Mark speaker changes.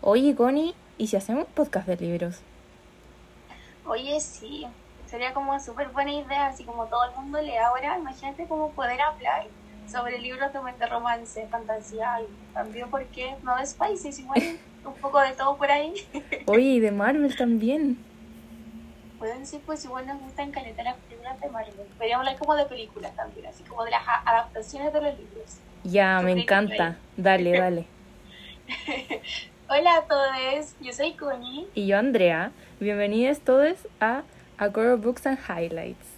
Speaker 1: Oye, Connie, ¿y si hacemos un podcast de libros?
Speaker 2: Oye, sí, sería como una súper buena idea, así como todo el mundo lee ahora, imagínate cómo poder hablar sobre libros de de romance, fantasía, y también porque no de Spices, igual un poco de todo por ahí.
Speaker 1: Oye, y de Marvel también.
Speaker 2: Pueden sí, pues igual nos gustan calentar las películas de Marvel. Podríamos hablar como de películas también, así como de las a- adaptaciones de los libros.
Speaker 1: Ya,
Speaker 2: Yo
Speaker 1: me
Speaker 2: creo que
Speaker 1: encanta. Dale, dale.
Speaker 2: Hola a todos, yo soy Connie.
Speaker 1: Y yo, Andrea, bienvenidos todos a A Girl Books and Highlights.